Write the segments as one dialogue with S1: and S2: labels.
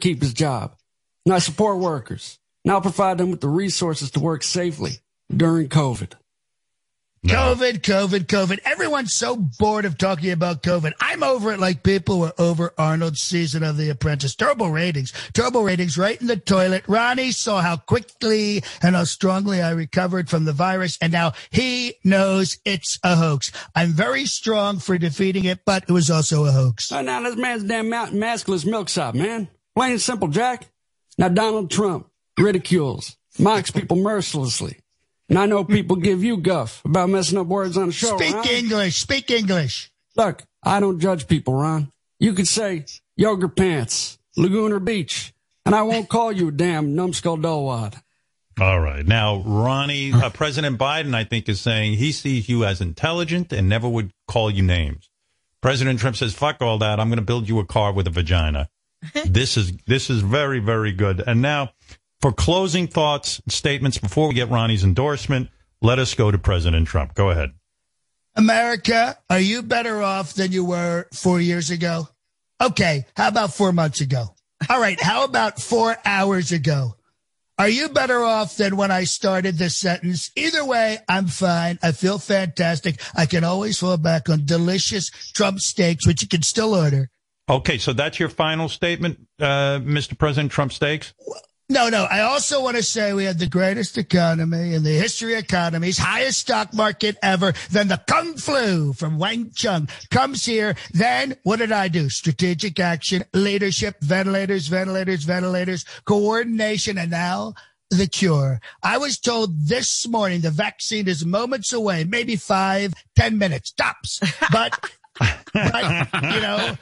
S1: keep his job, not support workers, not provide them with the resources to work safely during COVID.
S2: COVID, COVID, COVID. Everyone's so bored of talking about COVID. I'm over it like people were over Arnold's season of The Apprentice. Turbo ratings, turbo ratings right in the toilet. Ronnie saw how quickly and how strongly I recovered from the virus, and now he knows it's a hoax. I'm very strong for defeating it, but it was also a hoax.
S1: Oh, now this man's damn ma- maskless milksop, man. Plain and simple, Jack. Now Donald Trump ridicules, mocks people mercilessly. And I know people give you guff about messing up words on the show.
S2: Speak
S1: Ron.
S2: English, speak English.
S1: Look, I don't judge people, Ron. You could say yogurt pants, Laguna Beach, and I won't call you a damn numbskull dollwad.
S3: All right. Now, Ronnie, uh, President Biden, I think, is saying he sees you as intelligent and never would call you names. President Trump says, fuck all that. I'm going to build you a car with a vagina. this is, this is very, very good. And now for closing thoughts, statements before we get Ronnie's endorsement, let us go to President Trump. Go ahead.
S2: America, are you better off than you were four years ago? Okay. How about four months ago? All right. How about four hours ago? Are you better off than when I started this sentence? Either way, I'm fine. I feel fantastic. I can always fall back on delicious Trump steaks, which you can still order.
S3: Okay. So that's your final statement, uh, Mr. President Trump Steaks?
S2: No, no. I also want to say we had the greatest economy in the history of economies, highest stock market ever. Then the Kung Flu from Wang Chung comes here. Then what did I do? Strategic action, leadership, ventilators, ventilators, ventilators, coordination, and now the cure. I was told this morning the vaccine is moments away, maybe five, ten minutes tops. But but, you know,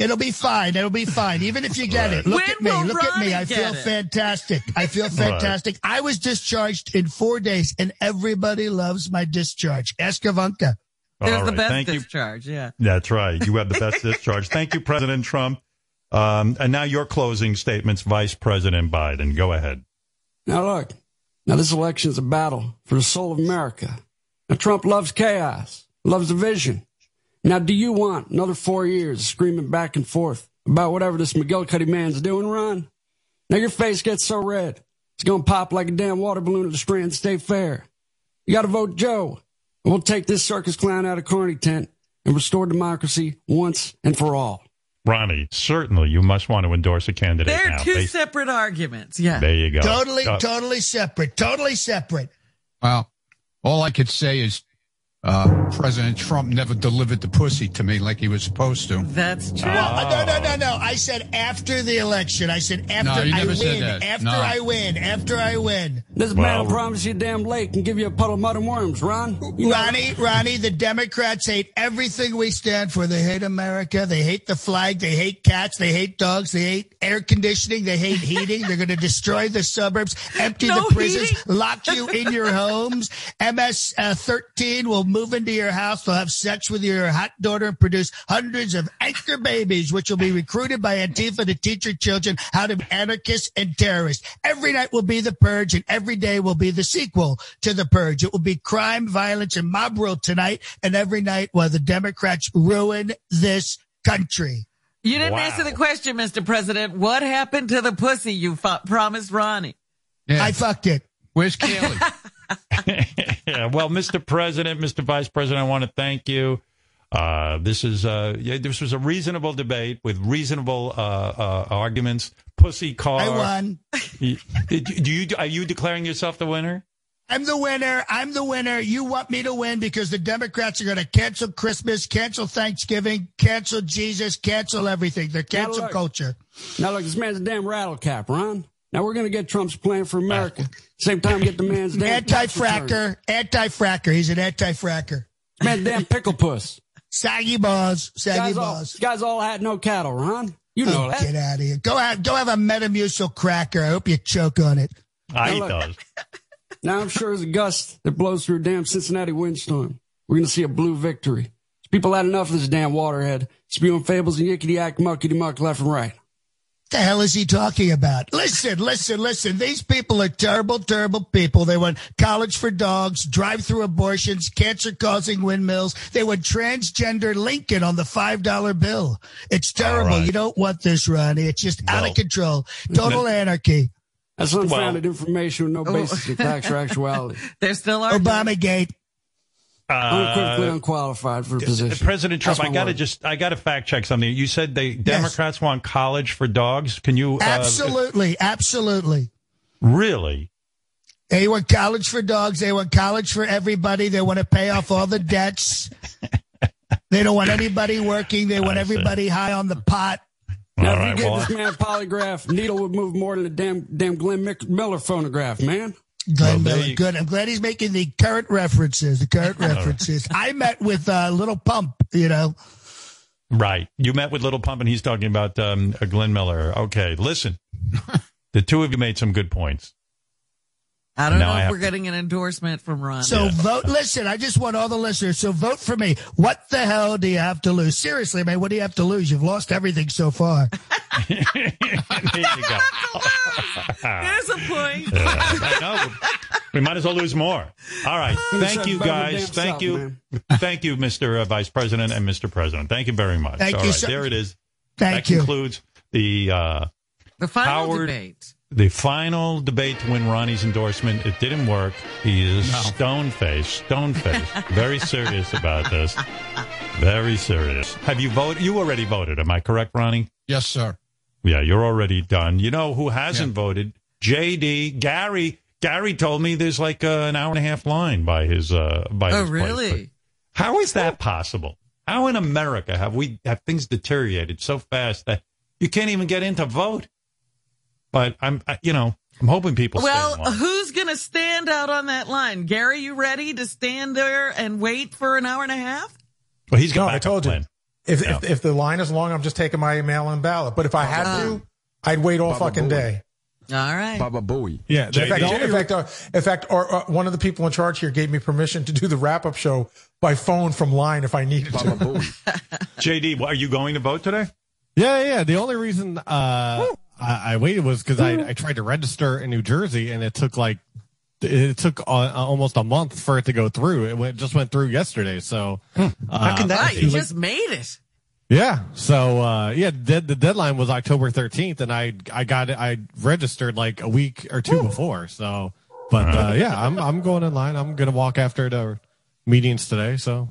S2: it'll be fine. It'll be fine. Even if you get it, look
S4: When
S2: at me.
S4: will
S2: Look at me.
S4: Ronnie
S2: I
S4: get
S2: feel
S4: it?
S2: fantastic. I feel fantastic. I was discharged in four days, and everybody loves my discharge. Ask Ivanka.
S4: It was
S3: All
S4: the
S3: right,
S4: best
S3: Thank you.
S4: discharge. Yeah.
S3: That's right. You have the best discharge. Thank you, President Trump. Um, and now your closing statements, Vice President Biden. Go ahead.
S1: Now look, now this election's a battle for the soul of America. Now Trump loves chaos, loves division. Now do you want another four years of screaming back and forth about whatever this McGillicuddy man's doing, Ron? Now your face gets so red, it's gonna pop like a damn water balloon at the Strand State Fair. You gotta vote Joe, and we'll take this circus clown out of Carney tent and restore democracy once and for all.
S3: Ronnie, certainly you must want to endorse a candidate
S4: They're
S3: now.
S4: two
S3: They-
S4: separate arguments. Yeah.
S3: there you go.
S2: Totally,
S3: Uh,
S2: totally separate. Totally separate.
S5: Well, all I could say is uh, President Trump never delivered the pussy to me like he was supposed to.
S4: That's true.
S2: Uh, no, no, no, no.
S3: Oh.
S2: I said after the election. I said after
S5: you
S2: I
S5: never
S2: win.
S5: said that.
S2: After
S5: No.
S2: I win. After I win.
S1: This
S3: Well-
S1: man will promise you a damn lake and give you a puddle of mud and worms, Ron. You gotta-
S2: Ronnie, Ronnie, the Democrats hate everything we stand for. They hate America. They hate the flag. They hate cats. They hate dogs. They hate air conditioning. They hate heating. They're going to destroy the suburbs, empty
S4: No
S2: the prisons,
S4: heating?
S2: lock you in your homes. MS uh, 13 will move into your house. They'll have sex with your hot daughter and produce hundreds of anchor babies, which will be recruited by Antifa to teach your children how to be anarchists and terrorists. Every night will be the purge and every day will be the sequel to the purge. It will be crime, violence, and mob rule tonight and every night while the Democrats ruin this country.
S4: You didn't
S3: Wow.
S4: answer the question, Mr. President. What happened to the pussy you fu- promised Ronnie?
S5: Yeah.
S2: I fucked it.
S5: Where's Kelly?
S3: yeah, well, Mr. President, Mr. Vice President, I want to thank you. Uh, this is uh, yeah, this was a reasonable debate with reasonable uh, uh, arguments. Pussy car.
S2: I won.
S3: Y- Do you are you declaring yourself the winner?
S2: I'm the winner. I'm the winner. You want me to win because the Democrats are going to cancel Christmas, cancel Thanksgiving, cancel Jesus, cancel everything. They're cancel
S1: look.
S2: culture.
S1: Now look, this man's a damn rattle cap, Ron. Now we're gonna get Trump's plan for America. Same time, get the man's damn
S2: Anti
S1: tax return.
S2: fracker. Anti fracker. He's an anti fracker.
S1: This man's damn pickle puss.
S2: Saggy balls. Saggy
S1: Guys all,
S2: balls.
S1: guys all had no cattle, Ron. You know
S2: Oh,
S1: that.
S2: get out of here. Go have go have a Metamucil cracker. I hope you choke on it.
S3: I
S1: look.
S3: does.
S1: Now I'm sure there's a gust that blows through a damn Cincinnati windstorm. We're gonna see a blue victory. People had enough of this damn waterhead spewing fables and yickety yak muckety muck left and right.
S2: the hell is he talking about? Listen, listen, listen. These people are terrible, terrible people. They want college for dogs, drive through abortions, cancer causing windmills. They want transgender Lincoln on the $5 bill. It's terrible.
S3: All right.
S2: You don't want this, Ronnie. It's just out
S3: No.
S2: of control. Total anarchy.
S1: That's unfounded information with no basis in facts or actuality.
S4: There still are.
S2: Obamagate. Uh,
S1: Unequivocally unqualified for the position.
S3: President Trump,
S1: That's
S3: I
S1: my
S3: got to
S1: word.
S3: just, I got to fact check something. You said they Democrats want college for dogs. Can you uh,
S2: Absolutely. absolutely.
S3: really?
S2: They want college for dogs. They want college for everybody. They want to pay off all the debts. they don't want anybody working. They want
S3: I see.
S2: everybody high on the pot.
S1: Now,
S3: All
S1: if
S3: right,
S1: you get
S3: well,
S1: this man a polygraph, needle would move more than a damn damn Glenn Mick- Miller phonograph, man.
S2: Glenn
S3: Well, there
S2: Miller,
S3: you-
S2: good. I'm glad he's making the current references. The current references. I met with uh, Little Pump. You know,
S3: Right. You met with Little Pump, and he's talking about um, uh, Glenn Miller. Okay, listen. the two of you made some good points.
S4: I don't
S3: Now
S4: know
S3: I
S4: if
S3: have
S4: we're
S3: to-
S4: getting an endorsement from
S3: Um,
S4: Ron.
S2: so vote. Listen, I just want all the listeners. So vote for me. What the hell do you have to lose? Seriously, man, what do you have to lose? You've lost everything so far.
S3: There you go.
S4: There's a point.
S3: I know. We might as well lose more. All right. Thank you, guys. Thank you. Thank you, Mr. uh, Vice President and Mr. President. Thank you very much.
S2: Thank
S3: All
S2: you,
S3: right,
S2: sir.
S3: There it is.
S2: Thank
S3: that
S2: you.
S3: concludes the uh,
S4: The final
S3: Howard-
S4: debate.
S3: the final debate to win Ronnie's endorsement. It didn't work. He is stone faced, stone faced, very serious about this. Very serious. Have you voted? You already voted. Am I correct, Ronnie?
S5: Yes, sir.
S3: Yeah, you're already done. You know who hasn't voted? JD Gary. Gary told me there's like uh, an hour and a half line by his uh, by.
S4: Oh,
S3: his place,
S4: really?
S3: but- how is that possible? How in America have we have things deteriorated so fast that you can't even get in to vote? But I'm, I, you know, I'm hoping people.
S4: Well,
S3: stay in line.
S4: who's going to stand out on that line? Gary, you ready to stand there and wait for an hour and a half?
S3: well, he's got
S6: No,
S3: a
S6: I told you.
S3: plan.
S6: If,
S3: Yeah.
S6: if if the line is long, I'm just taking my mail-in ballot. But if I had to, I'd wait all fucking day.
S4: All right.
S7: Baba Booey.
S6: Yeah. In fact,
S3: JD.
S6: in fact, uh, in fact or, uh, one of the people in charge here gave me permission to do the wrap-up show by phone from line if I needed
S7: Baba
S6: to.
S7: Booey.
S3: JD, are you going to vote today?
S8: Yeah, yeah. The only reason uh, I, I waited was because I, I tried to register in New Jersey, and it took like it took a, almost a month for it to go through. It went, just went through yesterday. So
S4: Hmm.
S8: uh,
S3: can that
S4: Right,
S3: be?
S4: you just made it.
S8: yeah, so uh, yeah, dead, the deadline was October thirteenth, and I I got it. I registered like a week or two before. So, but
S3: Uh-huh.
S8: uh, yeah, I'm I'm going in line. I'm gonna walk after the meetings today. So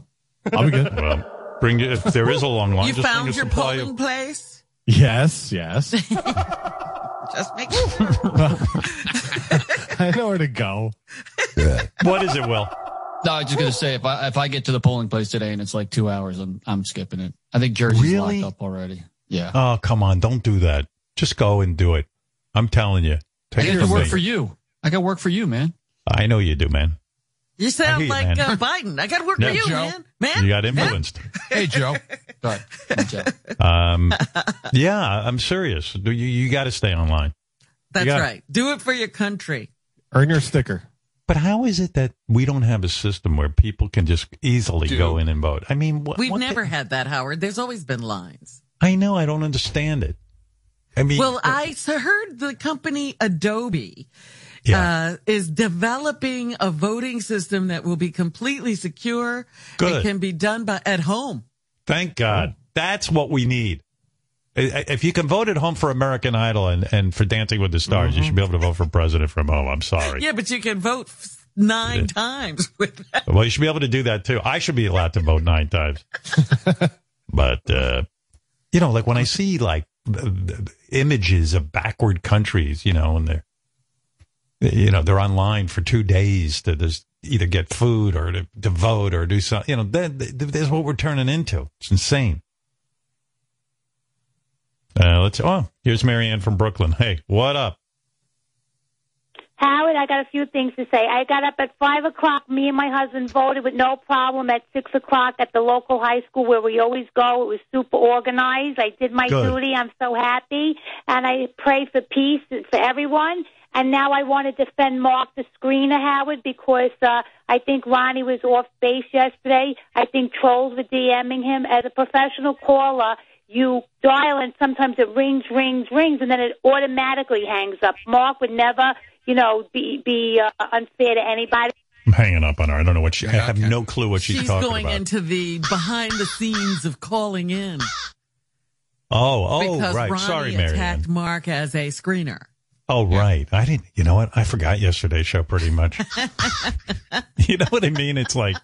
S8: I'll be good.
S3: Well, bring if there is a long line,
S4: You
S3: just bring a
S4: found your
S3: supply
S4: polling
S3: of.
S4: place.
S8: Yes, yes.
S4: Just make sure.
S8: I know where to go.
S3: What is it, Will?
S9: No, I was just gonna say if I if I get to the polling place today and it's like two hours, I'm I'm skipping it. I think Jersey's
S3: Really?
S9: locked up already. Yeah,
S3: Oh, come on! Don't do that. Just go and do it. I'm telling you.
S9: I
S3: Take it
S9: get to
S3: from
S9: work
S3: me.
S9: for you. I got work for you, man.
S3: I know you do, man.
S4: You
S3: I hear
S4: sound
S3: you,
S4: like
S3: man.
S4: uh, Biden. I got to work
S3: Yeah,
S4: for you,
S5: Joe.
S4: man. Man,
S3: You got influenced.
S5: Hey, Joe.
S9: But
S3: Um, yeah, I'm serious. You you got to stay online.
S4: that's
S3: you got-
S4: right. Do it for your country.
S8: Earn your sticker.
S3: But how is it that we don't have a system where people can just easily go in and vote? I mean, wh-
S4: We've
S3: what
S4: never
S3: The,
S4: had that, Howard. There's always been lines.
S3: I know. I don't understand it. I mean,
S4: Well, I s- heard the company Adobe
S3: yeah,
S4: uh, is developing a voting system that will be completely secure.
S3: Good.
S4: It can be done by at home.
S3: thank God. That's what we need. I- I- If you can vote at home for American Idol and, and for Dancing with the Stars, you should be able to vote for president from home. I'm sorry.
S4: Yeah, but you can vote f- nine times with that.
S3: Well, you should be able to do that too. I should be allowed to vote nine times. but, uh, you know, like when I see like uh, images of backward countries, you know, and they're, you know, they're online for two days to just either get food or to, to vote or do something, you know, that, that, that's what we're turning into. It's insane. Uh, let's, oh, here's Marianne from Brooklyn. Hey, what up?
S10: Howard, I got a few things to say. I got up at five o'clock. Me and my husband voted with no problem at six o'clock at the local high school where we always go. It was super organized. I did my
S3: Good.
S10: duty. I'm so happy, and I pray for peace and for everyone. And now I want to defend Mark the screener, Howard, because uh, I think Ronnie was off base yesterday. I think trolls were DMing him as a professional caller. you dial and sometimes it rings, rings, rings, and then it automatically hangs up. Mark would never, you know, be be uh, unfair to anybody.
S3: I'm hanging up on her. I don't know what she. I have no clue what she's,
S4: She's
S3: talking
S4: going
S3: about.
S4: into the behind the scenes of calling in
S3: oh, oh,
S4: because
S3: right.
S4: Ronnie
S3: Sorry, Mary. Ann.
S4: attacked Mark as a screener.
S3: Oh, right. I didn't. You know what? I forgot yesterday's show pretty much. you know what I mean? It's like,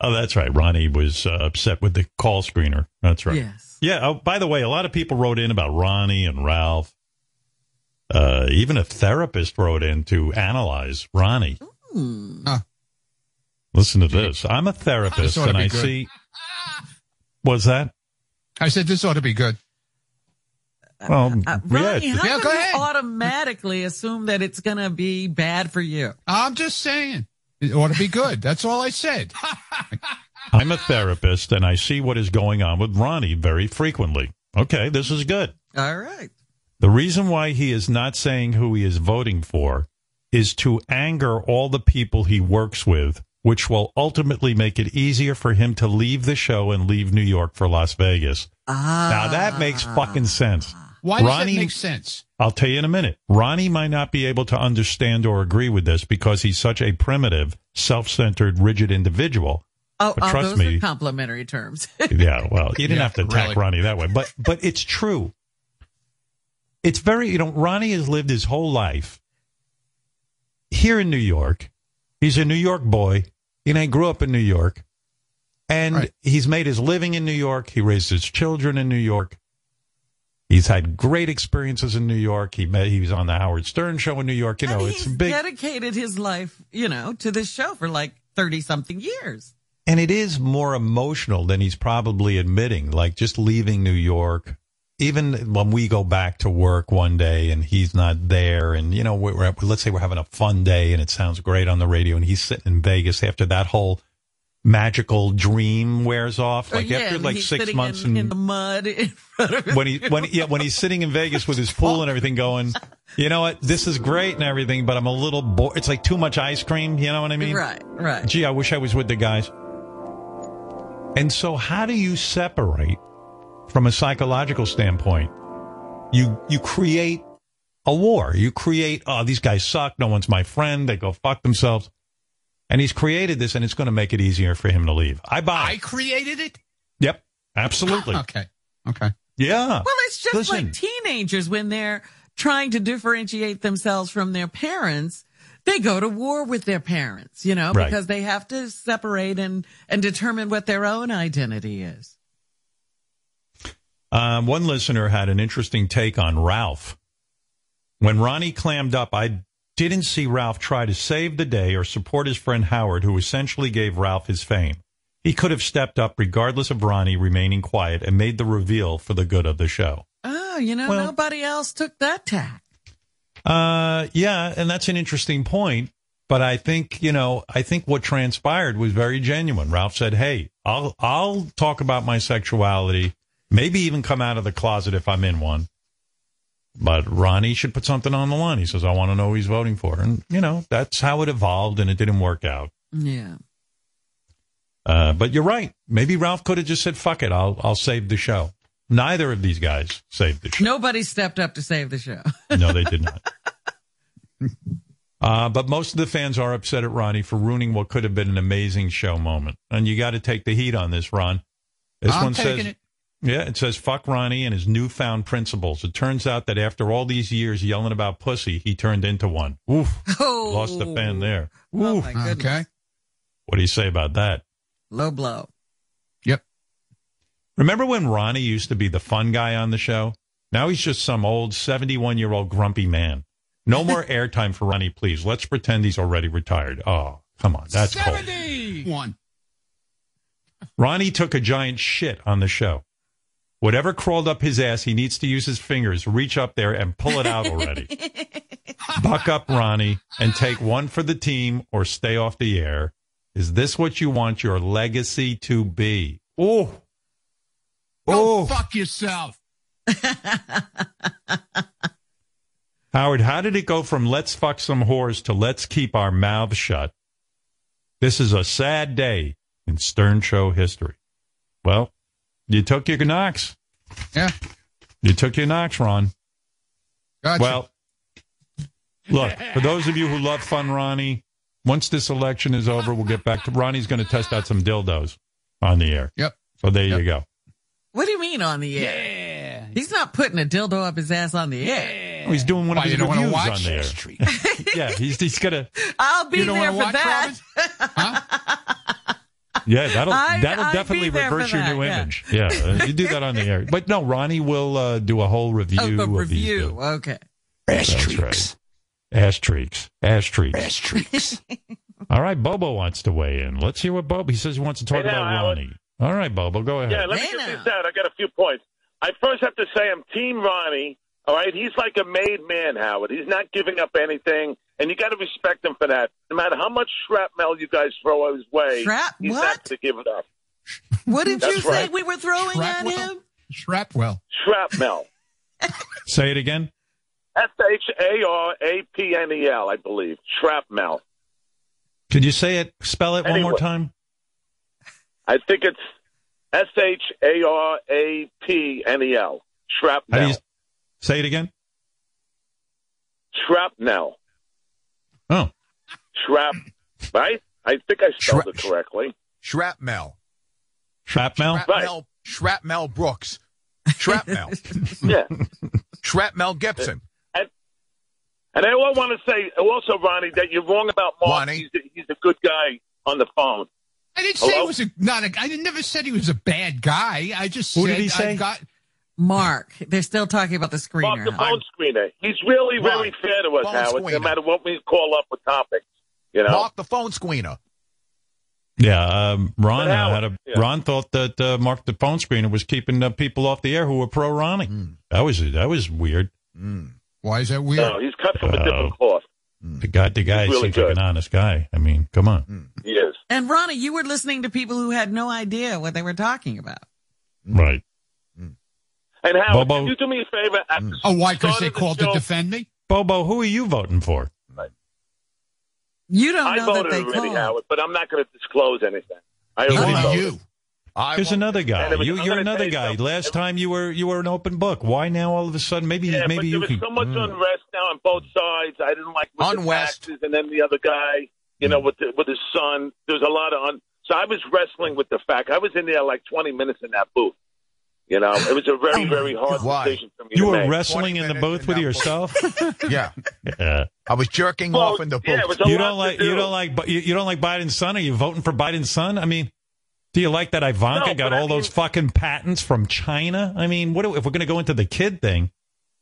S3: oh, that's right. Ronnie was uh, upset with the call screener. That's right.
S4: Yes.
S3: Yeah. Oh, by the way, a lot of people wrote in about Ronnie and Ralph. Uh, even a therapist wrote in to analyze Ronnie.
S5: Huh.
S3: Listen to this. I'm a therapist
S5: ought to
S3: and
S5: be
S3: I
S5: good.
S3: see. Was that?
S5: I said this ought to be good.
S3: Well, yeah.
S4: Uh, Ronnie, how
S5: Yeah,
S4: can
S5: go
S4: you
S5: ahead.
S4: automatically assume that it's going to be bad for you?
S5: I'm just saying. It ought to be good. That's all I said.
S3: I'm a therapist and I see what is going on with Ronnie very frequently. Okay, this is good.
S4: All right.
S3: The reason why he is not saying who he is voting for is to anger all the people he works with, which will ultimately make it easier for him to leave the show and leave New York for Las Vegas. Now that makes fucking sense.
S5: Why does
S3: Ronnie-
S5: that make sense?
S3: I'll tell you in a minute. Ronnie might not be able to understand or agree with this because he's such a primitive, self-centered, rigid individual.
S4: Oh,
S3: But
S4: oh,
S3: trust
S4: those
S3: me-
S4: are complimentary terms.
S3: Yeah, well, you didn't
S5: Yeah,
S3: have to attack
S5: really.
S3: Ronnie that way, but but it's true. It's very you know Ronnie has lived his whole life here in New York. He's a New York boy, and I grew up in New York, and
S5: Right.
S3: he's made his living in New York. He raised his children in New York. He's had great experiences in New York. He met he was on the Howard Stern show in New York. You know,
S4: and
S3: it's
S4: he's
S3: big.
S4: dedicated his life, you know, to this show for like 30 something years.
S3: And it is more emotional than he's probably admitting, like just leaving New York. Even when we go back to work one day and he's not there, and you know, we're, we're let's say we're having a fun day and it sounds great on the radio, and he's sitting in Vegas after that whole magical dream wears off, like
S4: Uh, yeah,
S3: after
S4: and
S3: like
S4: he's
S3: six
S4: sitting
S3: months,
S4: in,
S3: and
S4: in the mud in front of
S3: when he when yeah when he's sitting in Vegas with his pool and everything, going, you know what, this is great and everything, but I'm a little bored. It's like too much ice cream. You know what I mean?
S4: right, right.
S3: gee, I wish I was with the guys. And so, how do you separate from a psychological standpoint? You you create a war. You create, oh, these guys suck. No one's my friend. They go fuck themselves. And he's created this, and it's going to make it easier for him to leave. I buy.
S5: I
S3: it.
S5: created it?
S3: Yep, absolutely.
S5: Okay. Okay.
S3: Yeah.
S4: Well, it's just
S3: Listen.
S4: like teenagers when they're trying to differentiate themselves from their parents. They go to war with their parents, you know,
S3: Right.
S4: because they have to separate and, and determine what their own identity is.
S3: Um, one listener had an interesting take on Ralph. When Ronnie clammed up, I didn't see Ralph try to save the day or support his friend Howard, who essentially gave Ralph his fame. He could have stepped up regardless of Ronnie remaining quiet and made the reveal for the good of the show.
S4: Oh, you know,
S3: Well-
S4: nobody else took that tack.
S3: Uh, yeah, and that's an interesting point. But I think you know, I think what transpired was very genuine. Ralph said, "Hey, I'll I'll talk about my sexuality, maybe even come out of the closet if I'm in one." But Ronnie should put something on the line. He says, "I want to know who he's voting for," and you know, that's how it evolved, and it didn't work out.
S4: Yeah.
S3: Uh, but you're right. Maybe Ralph could have just said, "Fuck it, I'll I'll save the show." Neither of these guys saved the show.
S4: Nobody stepped up to save the show.
S3: No, they did not. Uh, but most of the fans are upset at Ronnie for ruining what could have been an amazing show moment. And you got to take the heat on this, Ron. This
S5: I'm
S3: one says,
S5: taking it.
S3: yeah, it says, fuck Ronnie and his newfound principles. It turns out that after all these years yelling about pussy, he turned into one. Oof.
S4: Oh,
S3: Lost a fan there.
S4: Oh, my goodness.
S5: Okay.
S3: What do you say about that?
S4: Low blow.
S5: Yep.
S3: Remember when Ronnie used to be the fun guy on the show? Now he's just some old 71 year old grumpy man. No more airtime for Ronnie, please. Let's pretend he's already retired. Oh, come on. That's cold.
S5: One.
S3: Ronnie took a giant shit on the show. Whatever crawled up his ass, he needs to use his fingers, reach up there and pull it out already. Buck up, Ronnie, and take one for the team or stay off the air. Is this what you want your legacy to be? Oh.
S5: Go fuck yourself.
S3: Howard, how did it go from let's fuck some whores to let's keep our mouths shut? This is a sad day in Stern Show history. Well, you took your knocks.
S5: Yeah.
S3: You took your knocks, Ron.
S5: Gotcha.
S3: Well, look, for those of you who love fun, Ronnie, once this election is over, we'll get back to Ronnie's going to test out some dildos on the air.
S5: Yep.
S3: So there you go.
S4: What do you mean on the air?
S9: Yeah.
S4: He's not putting a dildo up his ass on the air.
S3: Oh, he's doing one
S5: Why,
S3: of
S5: you
S3: his
S5: don't want to
S3: reviews
S5: watch
S3: on there.
S5: this tree?
S3: yeah, he's he's gonna.
S4: I'll be
S5: You don't
S4: there
S5: want
S4: for
S5: to watch
S4: that.
S5: Robin? Huh?
S3: Yeah, that'll
S4: I'd-
S3: that'll
S4: I'd be
S3: definitely
S4: there for
S3: reverse your
S4: that,
S3: new
S4: yeah.
S3: image. Yeah, uh, you do that on the air. But no, Ronnie will uh, do a whole review.
S4: Oh, a
S3: of these
S4: review.
S3: dildos.
S4: Okay.
S5: Ash
S3: That's
S5: trees.
S3: right. Ash treaks. Ash treaks.
S5: Ash trees.
S3: All right, Bobo wants to weigh in. Let's hear what Bobo. He says he wants to talk
S7: Hey, now,
S3: about
S7: Howard.
S3: Ronnie. All right, Bobo, go ahead.
S7: Yeah, let me
S4: Hey,
S7: get
S4: now.
S7: this out. I got a few points. I first have to say I'm Team Ronnie. All right, he's like a made man, Howard. He's not giving up anything, and you got to respect him for that. No matter how much shrapnel you guys throw his way,
S4: Shrap-
S7: he's
S4: what?
S7: not going to give it up.
S4: What did
S7: That's
S4: you say
S7: right.
S4: we were throwing at
S5: Shrapnel.
S4: him?
S5: Shrapwell.
S7: Shrapnel.
S3: Say it again.
S7: S H A R A P N E L, I believe. Shrapnel.
S3: Could you say it? Spell it one more
S7: Anyway.
S3: time.
S7: I think it's S H A R A P N E L.
S3: How do
S7: Shrapnel.
S3: you say it again?
S7: Shrapnel.
S3: Oh,
S7: Shrap. Right? I think I spelled
S5: Shrap-
S7: it correctly.
S5: Shrapnel.
S3: shrapnel.
S5: Shrapnel. Shrapnel Brooks. Shrapnel.
S7: Yeah.
S5: Shrapnel Gibson.
S7: And I all want to say also, Ronnie, that you're wrong about Mark.
S5: Ronnie.
S7: He's, a, he's a good guy on the phone.
S5: I didn't say
S7: Hello?
S5: he was a not. A, I never said he was a bad guy. I just
S3: Who
S5: said
S3: did he say?
S5: I got
S4: Mark. They're still talking about the
S7: Mark
S4: screener.
S7: the phone screener. He's really,
S5: Ronnie,
S7: really fair to us,
S5: phone
S7: Howard, no
S5: screener.
S7: matter what we call up with topics. You know?
S5: Mark the phone squeener.
S3: Yeah, um, Ron
S7: But how-
S3: uh, had a,
S7: yeah.
S3: Ron thought that uh, Mark the phone screener was keeping uh, people off the air who were pro Ronnie. That was that was weird.
S5: Hmm. Why is that weird? Hmm.
S7: no, he's cut from a
S3: Wow.
S7: different cloth.
S3: The guy, the guy
S7: He's really
S3: seems like
S7: good.
S3: an honest guy. I mean, come on.
S7: He is.
S4: And Ronnie, you were listening to people who had no idea what they were talking about.
S5: Hmm.
S3: Right.
S7: And Howard,
S3: Bobo-
S7: can you do me a favor? At the
S5: Oh, why? Because
S7: start
S5: they
S7: of the
S5: called to
S7: show-
S5: defend me.
S3: Bobo, who are you voting for?
S4: You don't
S7: I
S4: know that
S7: voted
S4: they
S7: already,
S4: called.
S7: Howard, but I'm not going to disclose anything. I
S3: Neither
S7: already
S3: did
S7: voted.
S5: you. I
S3: Here's another guy.
S7: And it was-
S3: You,
S7: I'm
S3: you're
S7: gonna
S3: another
S7: tell you
S3: guy.
S7: something.
S3: Last time you were you were an open book. Why now all of a sudden? Maybe
S7: Yeah,
S3: maybe
S7: but
S3: you
S7: there
S3: can. mm.
S7: was so much unrest now on both sides. I didn't like with
S5: On
S7: the
S5: West.
S7: taxes, and then the other guy, you
S3: Mm.
S7: know, with the, with his son. There's a lot of un. So I was wrestling with the fact I was in there like 20 minutes in that booth. You know, it was a very very hard
S5: Oh, Why?
S7: decision for me
S3: Oh, you
S7: to
S3: were
S7: make.
S3: wrestling in the
S5: 20
S3: booth
S5: minutes
S3: with
S5: in that
S3: yourself.
S5: Yeah,
S3: Yeah.
S5: I was jerking
S7: Well,
S5: off in the booth.
S7: yeah, it was a
S3: you
S7: lot
S3: don't like
S7: to do.
S3: you don't like Bi- you, you don't like Biden's son. Are you voting for Biden's son? I mean, do you like that Ivanka
S7: No,
S3: got
S7: but I
S3: all those
S7: mean-
S3: fucking patents from China? I mean, what do- if we're going to go into the kid thing?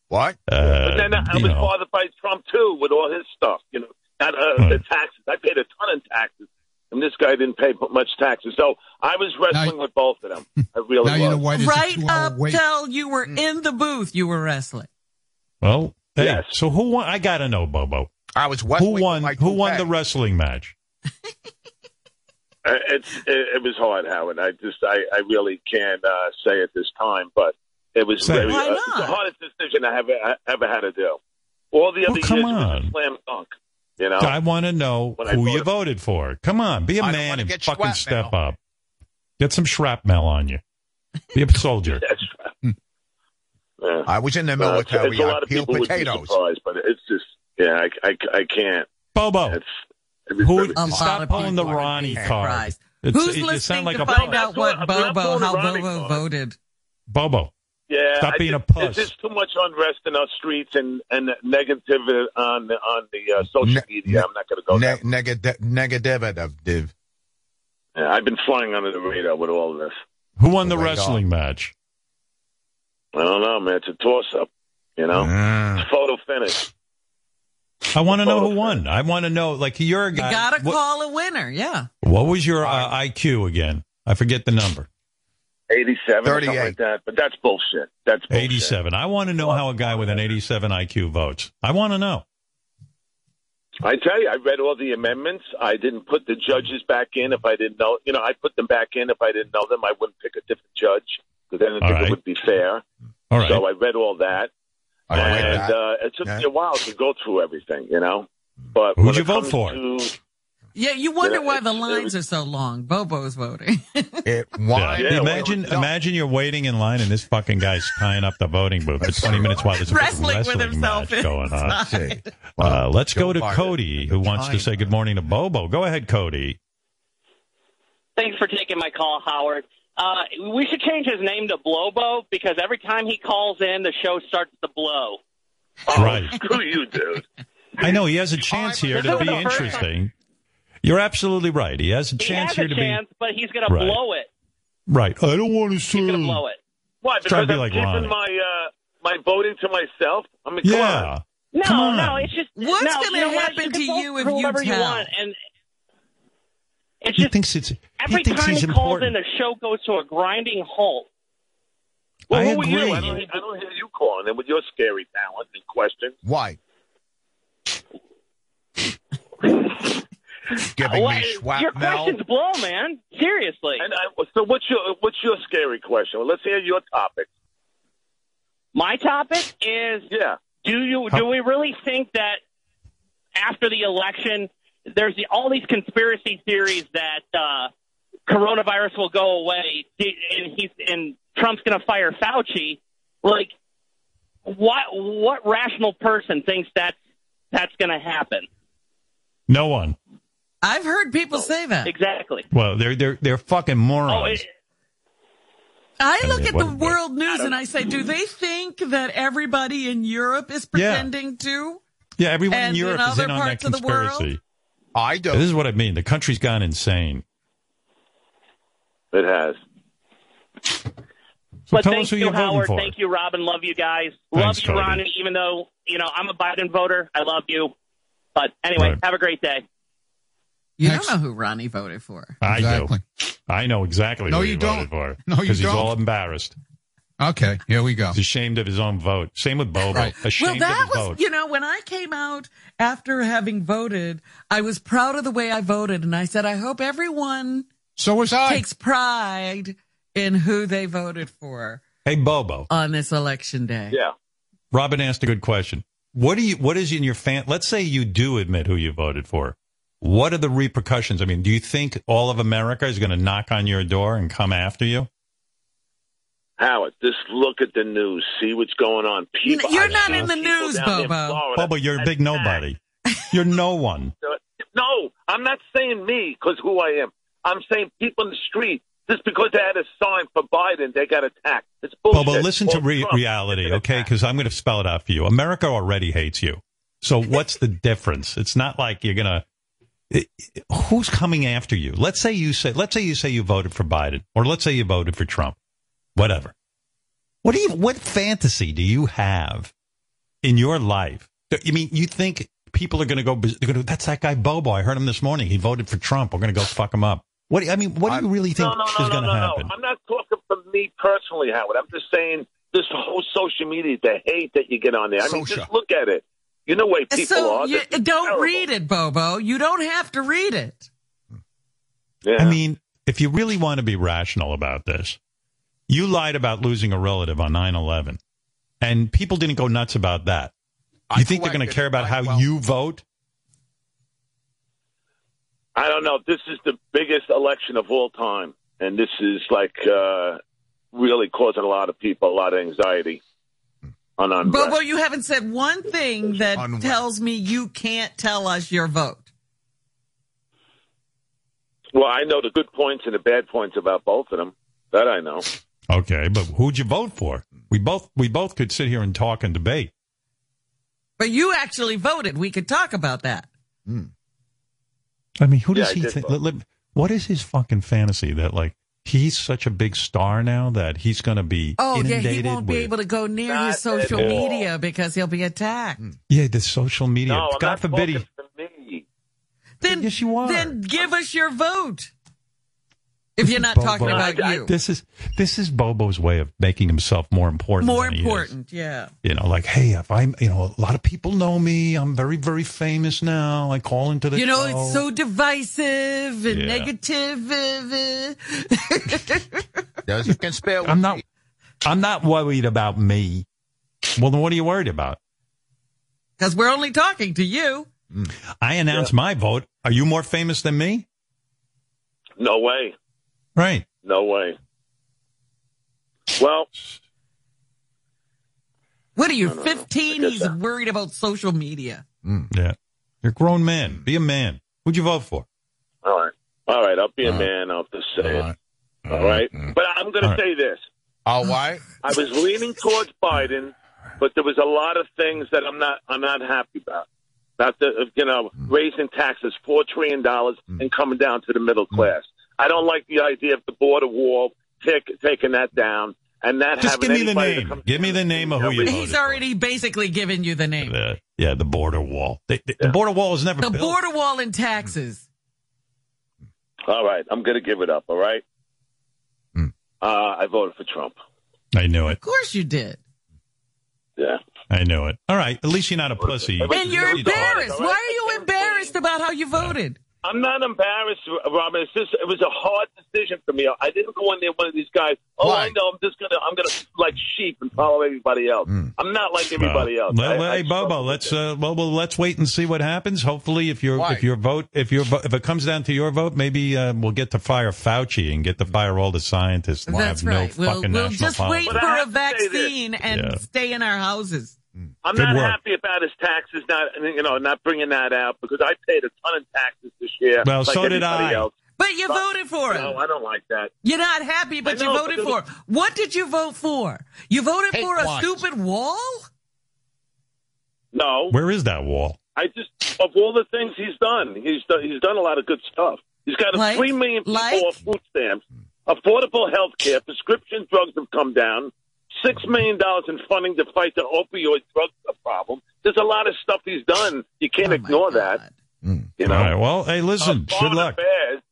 S5: what?
S3: Uh,
S7: But then I
S3: you
S7: was
S3: know.
S7: bothered by Trump too with all his stuff. You know, not, uh,
S3: Right.
S7: the taxes. I paid a ton in taxes, and this guy didn't pay much taxes. So I was wrestling
S5: Now-
S7: with both of them. I really
S5: Now you
S7: was.
S5: know why there's a
S4: Right
S5: two-hour
S4: up
S5: wait. Hmm.
S4: till you were in the booth, you were wrestling.
S3: Well, hey,
S7: Yes.
S3: so who won? I gotta know, Bobo.
S5: I was West
S3: Who
S5: Wing,
S3: won?
S5: like,
S3: who won
S5: back?
S3: the wrestling match?
S7: Uh, it's it, it was hard, Howard. I just I, I really can't uh, say at this time, but it was
S3: Say it.
S7: very,
S4: Why
S7: uh, it's the
S4: not?
S7: hardest decision I have I ever had to do. All the
S3: Well,
S7: other
S3: come
S7: years it was
S3: on.
S7: a slam dunk, you know.
S3: I want to know
S7: When I
S3: who you
S7: voted-
S3: voted for. Come on, be a
S5: I don't
S3: man
S5: wanna
S3: and
S5: get
S3: fucking
S5: shrapnel.
S3: step up. Get some shrapnel on you. Be a soldier.
S7: That's right.
S4: Hmm.
S7: Yeah.
S5: I was in the
S7: Uh, it's-
S5: military.
S7: it's a
S5: I
S7: lot of
S5: peeled
S7: people would be
S5: potatoes.
S7: surprised, but it's just yeah, I, I, I can't.
S3: Bobo,
S7: It's, it's
S3: who
S7: very-
S4: A lot
S3: stop
S4: of
S3: pulling the
S4: people are
S3: Ronnie
S4: being
S3: card?
S4: surprised.
S3: It's-
S4: Who's
S3: you
S4: listening to
S3: a
S4: find
S7: No,
S4: out
S7: that's
S4: what
S7: what- that's
S4: Bobo,
S7: what
S4: how
S7: Ronnie
S4: Bobo
S7: thought.
S4: voted?
S3: Bobo.
S7: Yeah,
S3: Stop
S7: I
S3: being
S7: just,
S3: a puss.
S7: There's just too much unrest in our streets and and negativity on on the uh, social
S5: Ne-
S7: media.
S5: ne-
S7: I'm not going to go.
S5: Ne-
S7: there.
S5: negati- negative, div.
S7: Yeah, I've been flying under the radar with all of this.
S3: Who won the
S5: Oh my
S3: wrestling match?
S7: I don't know, man. It's a toss up. You know,
S5: Mm.
S7: It's photo finish.
S3: I want to know who
S7: Both.
S3: won. I want to know, like, you're a
S4: You
S5: Uh,
S3: guy.
S4: gotta
S3: what,
S4: call a winner, yeah.
S3: what was your uh, IQ again? I forget the number.
S7: 87 or something
S5: 38.
S7: like that. But that's bullshit. That's bullshit.
S3: 87. I want to know how a guy with an 87 IQ votes. I want to know.
S7: I tell you, I read all the amendments. I didn't put the judges back in if I didn't know. You know, I put them back in if I didn't know them. I wouldn't pick a different judge because I didn't
S3: All
S7: think
S3: right.
S7: it would be fair.
S3: All right.
S7: So I read all that.
S5: I like
S7: and
S5: that.
S7: Uh, it took
S5: Yeah.
S7: me a while to go through everything, you know. But
S3: Who'd
S7: when
S3: you
S7: it comes
S3: vote for?
S7: to-
S4: Yeah, you wonder
S11: Yeah,
S4: why the
S11: it's-
S4: lines are so long. Bobo's voting.
S11: It,
S3: Yeah. imagine, imagine you're waiting in line and this fucking guy's tying up the voting booth for 20 minutes while there's a big
S4: Wrestling with
S3: wrestling
S4: himself
S3: match going on.
S4: inside.
S3: Uh, let's
S12: Joe
S3: go to
S12: Biden.
S3: Cody, who wants to
S12: Time.
S3: say good morning to Bobo. Go ahead, Cody.
S12: Thanks for taking my call, Howard. Uh, we should change his name to Blobo because every time he calls in, the show starts to blow.
S3: right.
S7: Oh, Screw you, dude.
S3: I know he has a chance here to
S12: This is
S3: be
S12: the first time-
S3: interesting. You're absolutely right. He has a
S12: He
S3: chance
S12: has
S3: here
S12: a
S3: to
S12: chance, but he's going
S3: Right.
S12: to blow it.
S3: be right. I don't want to see. He's gonna
S12: Blow it.
S7: Why?
S3: Try
S7: Because
S3: to be
S7: I'm
S3: like
S7: keeping
S3: Ronnie.
S7: my uh, my voting to myself. I mean, come
S3: Yeah.
S7: on.
S12: No,
S7: Come on.
S12: no, it's just
S4: What's
S12: no,
S4: gonna
S12: you know what?
S4: happen
S12: You can
S4: to
S12: vote
S4: you
S12: for
S4: if you
S12: whoever you
S4: tell?
S12: want, and
S3: he thinks it's
S12: every
S3: he thinks
S12: time
S3: he's
S12: he calls in,
S3: important.
S12: the show goes to a grinding halt.
S7: Well,
S3: I
S7: who are
S3: agree.
S7: you? I don't, I don't hear you calling them with your scary talent and questions.
S11: Why? Giving
S12: What-
S11: me
S12: your
S11: schwapnel.
S12: questions blow, man. Seriously.
S7: And I, so, what's your what's your scary question? Well, let's hear your topic.
S12: My topic is
S7: yeah.
S12: Do you do we really think that after the election there's the, all these conspiracy theories that uh, coronavirus will go away d- and he's and Trump's going to fire Fauci? Like what what rational person thinks that that's going to happen?
S3: No one.
S4: I've heard people say that.
S12: Exactly.
S3: Well, they're they're they're fucking morons.
S4: Oh, I
S3: I
S4: look
S3: mean,
S4: at the
S3: what-
S4: world news and I say, do they think that everybody in Europe is
S3: Yeah.
S4: pretending to?
S3: Yeah, everyone in
S4: And in
S3: Europe is
S4: other
S3: in on that
S4: parts of the world?
S3: conspiracy.
S11: I don't.
S3: This is what I mean. The country's gone insane.
S7: It has.
S3: So
S12: but
S3: tell
S12: thank
S3: us who
S12: you,
S3: you're voting
S12: Howard.
S3: for.
S12: Thank you, Robin. Love you guys.
S3: Thanks,
S12: love you,
S3: Cody.
S12: Ronnie. Even though you know I'm a Biden voter, I love you. But anyway,
S3: Right.
S12: have a great day.
S4: You don't know who Ronnie voted for.
S3: I do. I know exactly.
S4: No,
S3: who
S4: you
S3: he
S4: don't.
S3: voted For,
S4: No, you
S3: Because he's
S4: don't.
S3: all embarrassed.
S5: Okay, here we go.
S3: He's ashamed of his own vote. Same with Bobo.
S4: Well,
S3: Ashamed
S4: that
S3: of his
S4: was,
S3: vote.
S4: you know, when I came out after having voted, I was proud of the way I voted. And I said, I hope everyone
S5: so was I.
S4: takes pride in who they voted for
S3: hey, Bobo.
S4: on this election day.
S7: Yeah.
S3: Robin asked a good question. What do you? What is in your fan? Let's say you do admit who you voted for. What are the repercussions? I mean, do you think all of America is going to knock on your door and come after you?
S7: Howard, just look at the news. See what's going on. People,
S4: You're
S7: I've
S4: not
S7: seen
S4: in the
S7: people
S4: news,
S7: down in
S4: Bobo.
S7: Florida
S3: Bobo, you're a
S7: that's
S3: big nobody. You're no one.
S7: No, I'm not saying me because who I am. I'm saying people in the street. Just because they had a sign for Biden, they got attacked. It's bullshit.
S3: Bobo, listen to
S7: Or
S3: re-
S7: Trump.
S3: reality, okay? Because I'm going to spell it out for you. America already hates you. So what's the difference? It's not like you're going to. Who's coming after you? Let's say you say. Let's say you say you voted for Biden, or let's say you voted for Trump. Whatever. What do you? What fantasy do you have in your life? Do- You mean, you think people are going to go? baz- They're going to. That's that guy Bobo. I heard him this morning. He voted for Trump. We're going to go fuck him up. What? do you- I mean, what do you really think
S7: no, no, no,
S3: is
S7: no,
S3: going to
S7: no,
S3: happen?
S7: No. I'm not talking for me personally, Howard. I'm just saying this whole social media, the hate that you get on there. I mean, just look at it. You know where people
S4: so
S7: are.
S4: you,
S7: This is
S4: don't
S7: terrible.
S4: read it, Bobo. You don't have to read it.
S7: Yeah.
S3: I mean, if you really want to be rational about this, you lied about losing a relative on 9 11, and people didn't go nuts about that. You think they're going to
S11: collected
S3: care about how you vote?
S7: I don't know. This is the biggest election of all time, and this is like uh, really causing a lot of people a lot of anxiety. On on
S4: Bobo, you haven't said one thing that tells me you can't tell us your vote.
S7: Well, I know the good points and the bad points about both of them. That I know.
S3: Okay, but who'd you vote for? We both we both could sit here and talk and debate.
S4: But you actually voted. We could talk about that.
S3: I mean, who
S4: Yeah,
S3: does
S4: I
S3: he
S4: did
S3: think?
S4: vote.
S3: let- let- what is his fucking fantasy that like he's such a big star now that he's going to be
S4: Oh, yeah,
S3: inundated
S4: he won't be
S3: with
S4: able to go near
S7: Not
S4: his social
S3: at all.
S4: media because he'll be attacked.
S3: yeah the social media?
S7: No, I'm
S3: God
S7: not
S3: forbid. he-
S7: talking to me.
S4: Then, yes, you are. Then give us your vote. If you're not
S3: Bobo.
S4: talking about you.
S3: This is this is Bobo's way of making himself more important.
S4: More
S3: than he is.
S4: important, yeah.
S3: you know, like, hey, if I'm, you know, a lot of people know me. I'm very, very famous now. I call into the
S4: You know,
S3: show.
S4: it's so divisive and
S3: Yeah.
S4: negative. uh,
S11: Those who can spare
S3: I'm not, I'm not worried about me. Well, then what are you worried about?
S4: Because we're only talking to you.
S3: Mm. I announce my vote. Are you more famous than me?
S7: No way.
S3: Right.
S7: No way. Well,
S4: What are you, 15? He's worried about social media.
S7: Mm.
S3: Yeah. You're a grown man. Be a man. Who'd you vote for?
S7: all right. All right. I'll be a man. I'll just say it. All right. But I'm going
S3: All
S7: to
S3: right.
S7: say this.
S11: Oh, why?
S7: I was leaning towards Biden, but there was a lot of things that I'm not I'm not happy about. Not the you know raising taxes four trillion dollars and coming down to the middle class. I don't like the idea of the border wall take, taking that down and that
S3: Just
S7: having
S3: give me the
S7: anybody to
S3: name.
S7: come-
S3: Give me the name of who you voted.
S4: He's already basically given you the name.
S3: Uh, yeah, the border wall. They, they- The border wall was never
S4: The
S3: built.
S4: border wall in taxes.
S7: All right, I'm going to give it up. All right. Uh, I voted for Trump.
S3: I knew it.
S4: Of course you did.
S7: Yeah.
S3: I knew it. All right. At least you're not a pussy.
S4: And you're
S7: You don't.
S4: embarrassed. Why are you embarrassed about how you voted?
S7: I'm not embarrassed, Robin. It's just it was a hard decision for me. I didn't go in there one of these guys. Oh, I know. I'm just gonna I'm gonna like sheep and follow everybody else.
S4: Hmm.
S7: I'm not like everybody
S3: Well,
S7: else.
S3: well,
S7: I-
S3: hey,
S7: I-
S3: Bobo, let's uh, well, well, let's wait and see what happens. Hopefully, if your
S7: Why?
S3: if your vote if your vo- if it comes down to your vote, maybe uh, we'll get to fire Fauci and get to fire all the scientists. We'll
S4: That's
S3: have
S4: right.
S3: no
S4: we'll
S3: fucking
S4: we'll
S3: national
S4: just
S3: policy.
S4: wait
S7: But I
S4: for a
S7: have to say this.
S4: vaccine and
S3: Yeah.
S4: stay in our houses.
S7: I'm
S3: Hmm. Good
S7: not
S3: work.
S7: happy about his taxes. Not you know not bringing that out because I paid a ton of taxes this year.
S3: Well,
S7: like
S3: so did
S7: everybody
S3: I.
S7: Else.
S4: But you voted for him.
S7: No, I don't like that.
S4: You're not happy, but
S7: I know,
S4: you voted
S7: but
S4: for.
S7: it
S4: him. What did you vote for? You voted
S7: Hate
S4: for a
S7: watch.
S4: stupid wall?
S7: No,
S3: Where is that wall?
S7: I just of all the things he's done, he's done he's done a lot of good stuff. He's got
S4: Like-
S7: three million people
S4: like-
S7: off food stamps, affordable health care, prescription drugs have come down, six million dollars in funding to fight the opioid drug problem. There's a lot of stuff he's done. You
S4: Oh,
S7: can't ignore that. You know.
S3: All right. Well, hey, listen.
S7: Uh,
S3: good
S7: foreign
S3: luck.
S7: affairs,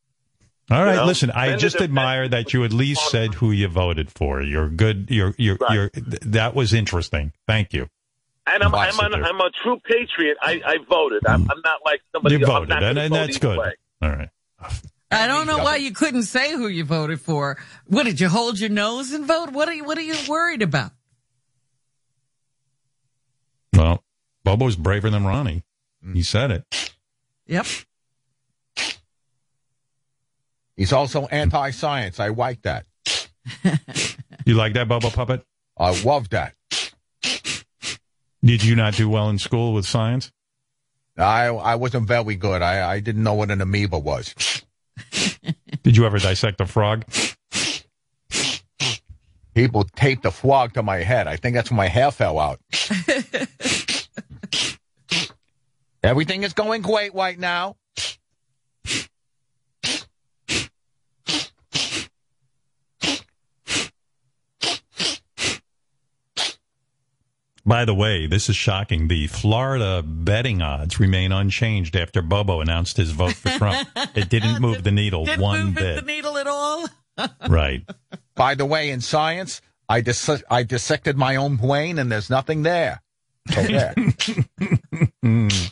S3: All right.
S7: you know,
S3: listen, I
S7: friend of
S3: just
S7: the-
S3: admire that you at least said who you voted for. You're good. You're you're you're. th- That was interesting. Thank you.
S7: And I'm,
S3: Lots
S7: I'm,
S3: to
S7: an,
S3: do.
S7: I'm a true patriot. I, I voted. I'm, I'm not like somebody.
S3: you
S7: I'm
S3: voted,
S7: not
S3: and,
S7: gonna
S3: and
S7: vote
S3: that's
S7: either
S3: good.
S7: way.
S3: All right.
S4: I don't know why you couldn't say who you voted for. What did you hold your nose and vote? What are you what are you worried about?
S3: Well, Bobo's braver than Ronnie. He
S7: Mm.
S3: said it.
S4: Yep.
S11: He's also anti-science. I like that.
S3: You like that, Bobo puppet?
S11: I love that.
S3: Did you not do well in school with science?
S11: I I wasn't very good. I, I didn't know what an amoeba was.
S3: Did you ever dissect a frog?
S11: People taped a frog to my head. I think that's when my hair fell out. Everything is going great right now.
S3: By the way, this is shocking. The Florida betting odds remain unchanged after Bobo announced his vote for Trump. it didn't move the needle
S4: Didn't
S3: one
S4: move the
S3: bit.
S4: needle at all.
S3: Right.
S11: By the way, in science, I dis- I dissected my own brain and there's nothing there. So there.
S3: Mm.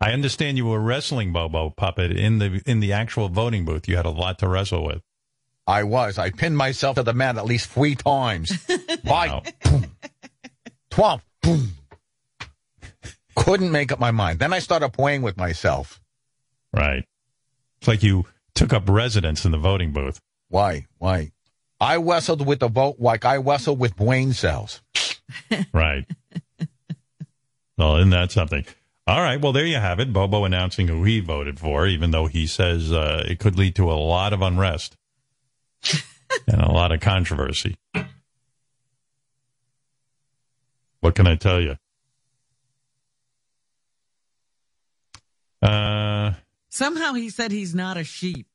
S3: I understand you were wrestling Bobo puppet in the in the actual voting booth. You had a lot to wrestle with.
S11: I was. I pinned myself to the mat at least three times. By boom. Twelve. Boom. Couldn't make up my mind. Then I started playing with myself.
S3: Right. It's like you took up residence in the voting booth.
S11: Why? Why? I wrestled with the vote like I wrestled with brain cells.
S3: Right. well, isn't that something? All right. Well, there you have it. Bobo announcing who he voted for, even though he says uh, it could lead to a lot of unrest and a lot of controversy. What can I tell you? Uh,
S4: Somehow he said he's not a sheep.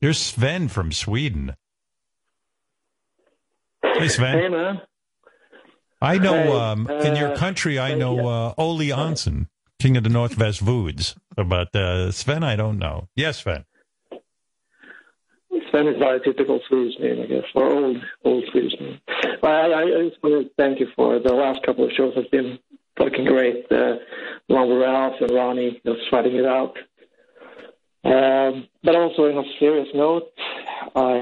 S3: here's Sven from Sweden. Hey, Sven.
S13: Hey, man.
S3: I know
S13: Hey,
S3: um, in your
S13: uh,
S3: country, I
S13: thank
S3: know
S13: you.
S3: uh, Ole Onsen, king of the North West Voods, but uh, Sven, I don't know. Yes, Sven.
S13: Sven is not a typical Swedish name, I guess, or old old Swedish name. But I, I I just want to thank you for the last couple of shows. Has been fucking great. Uh, along with Ralph and Ronnie, just fighting it out. Um, but also, on a serious note, I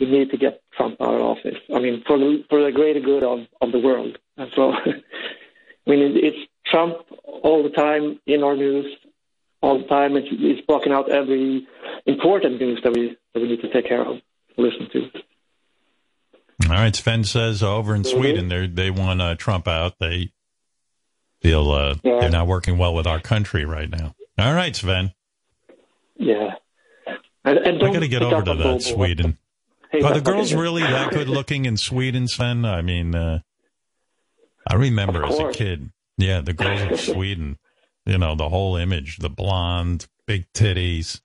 S13: we need to get Trump out of office. I mean, for the for the greater good of, of the world. And so, I mean, it, it's Trump all the time in our news, all the time, and he's blocking out every important news that we that we need to take care of, listen to.
S3: All right, Sven says uh, over in Sweden they they want uh, Trump out. They feel uh, they're not working well with our country right now. All right, Sven.
S13: Yeah. And, and
S3: I
S13: don't
S3: got to get
S13: pick
S3: over
S13: up
S3: to
S13: on
S3: that
S13: Bobo.
S3: Sweden.
S13: Hey,
S3: Are the
S13: that's not
S3: girls
S13: good.
S3: really that good looking in Sweden, Sven? I mean, uh, I remember
S13: Of
S3: as a
S13: course.
S3: kid. Yeah, the girls in Sweden. You know, the whole image, the blonde, big titties.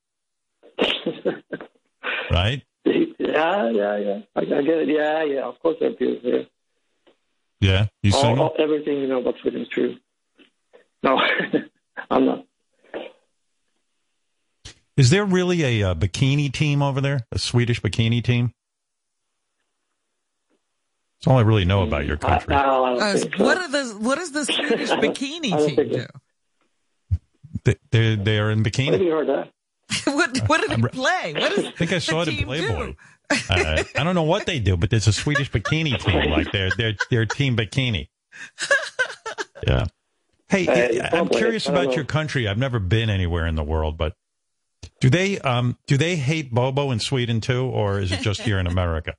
S3: right?
S13: Yeah, yeah, yeah. I, I get it. Yeah, yeah. Of course, they're beautiful. Yeah.
S3: Yeah. You
S13: all,
S3: single?
S13: all- everything you know about Sweden is true. No, I'm not.
S3: Is there really a, uh bikini team over there? A Swedish bikini team? That's all I really know
S13: Mm,
S3: about your country.
S4: Uh, what are the what is the Swedish bikini team do?
S3: They- They're, they're in
S13: Have
S3: bikini.
S13: you heard that?
S4: what what do they play? What is
S3: I think I saw it in Playboy. Uh, I don't know what they do, but there's a Swedish bikini team. Like they're they're they're team bikini. Yeah. Hey,
S11: Uh,
S3: I- I'm
S11: probably.
S3: curious
S11: I don't
S3: about
S11: know.
S3: your country. I've never been anywhere in the world, but do they um do they hate Bobo in Sweden too, or is it just here in America?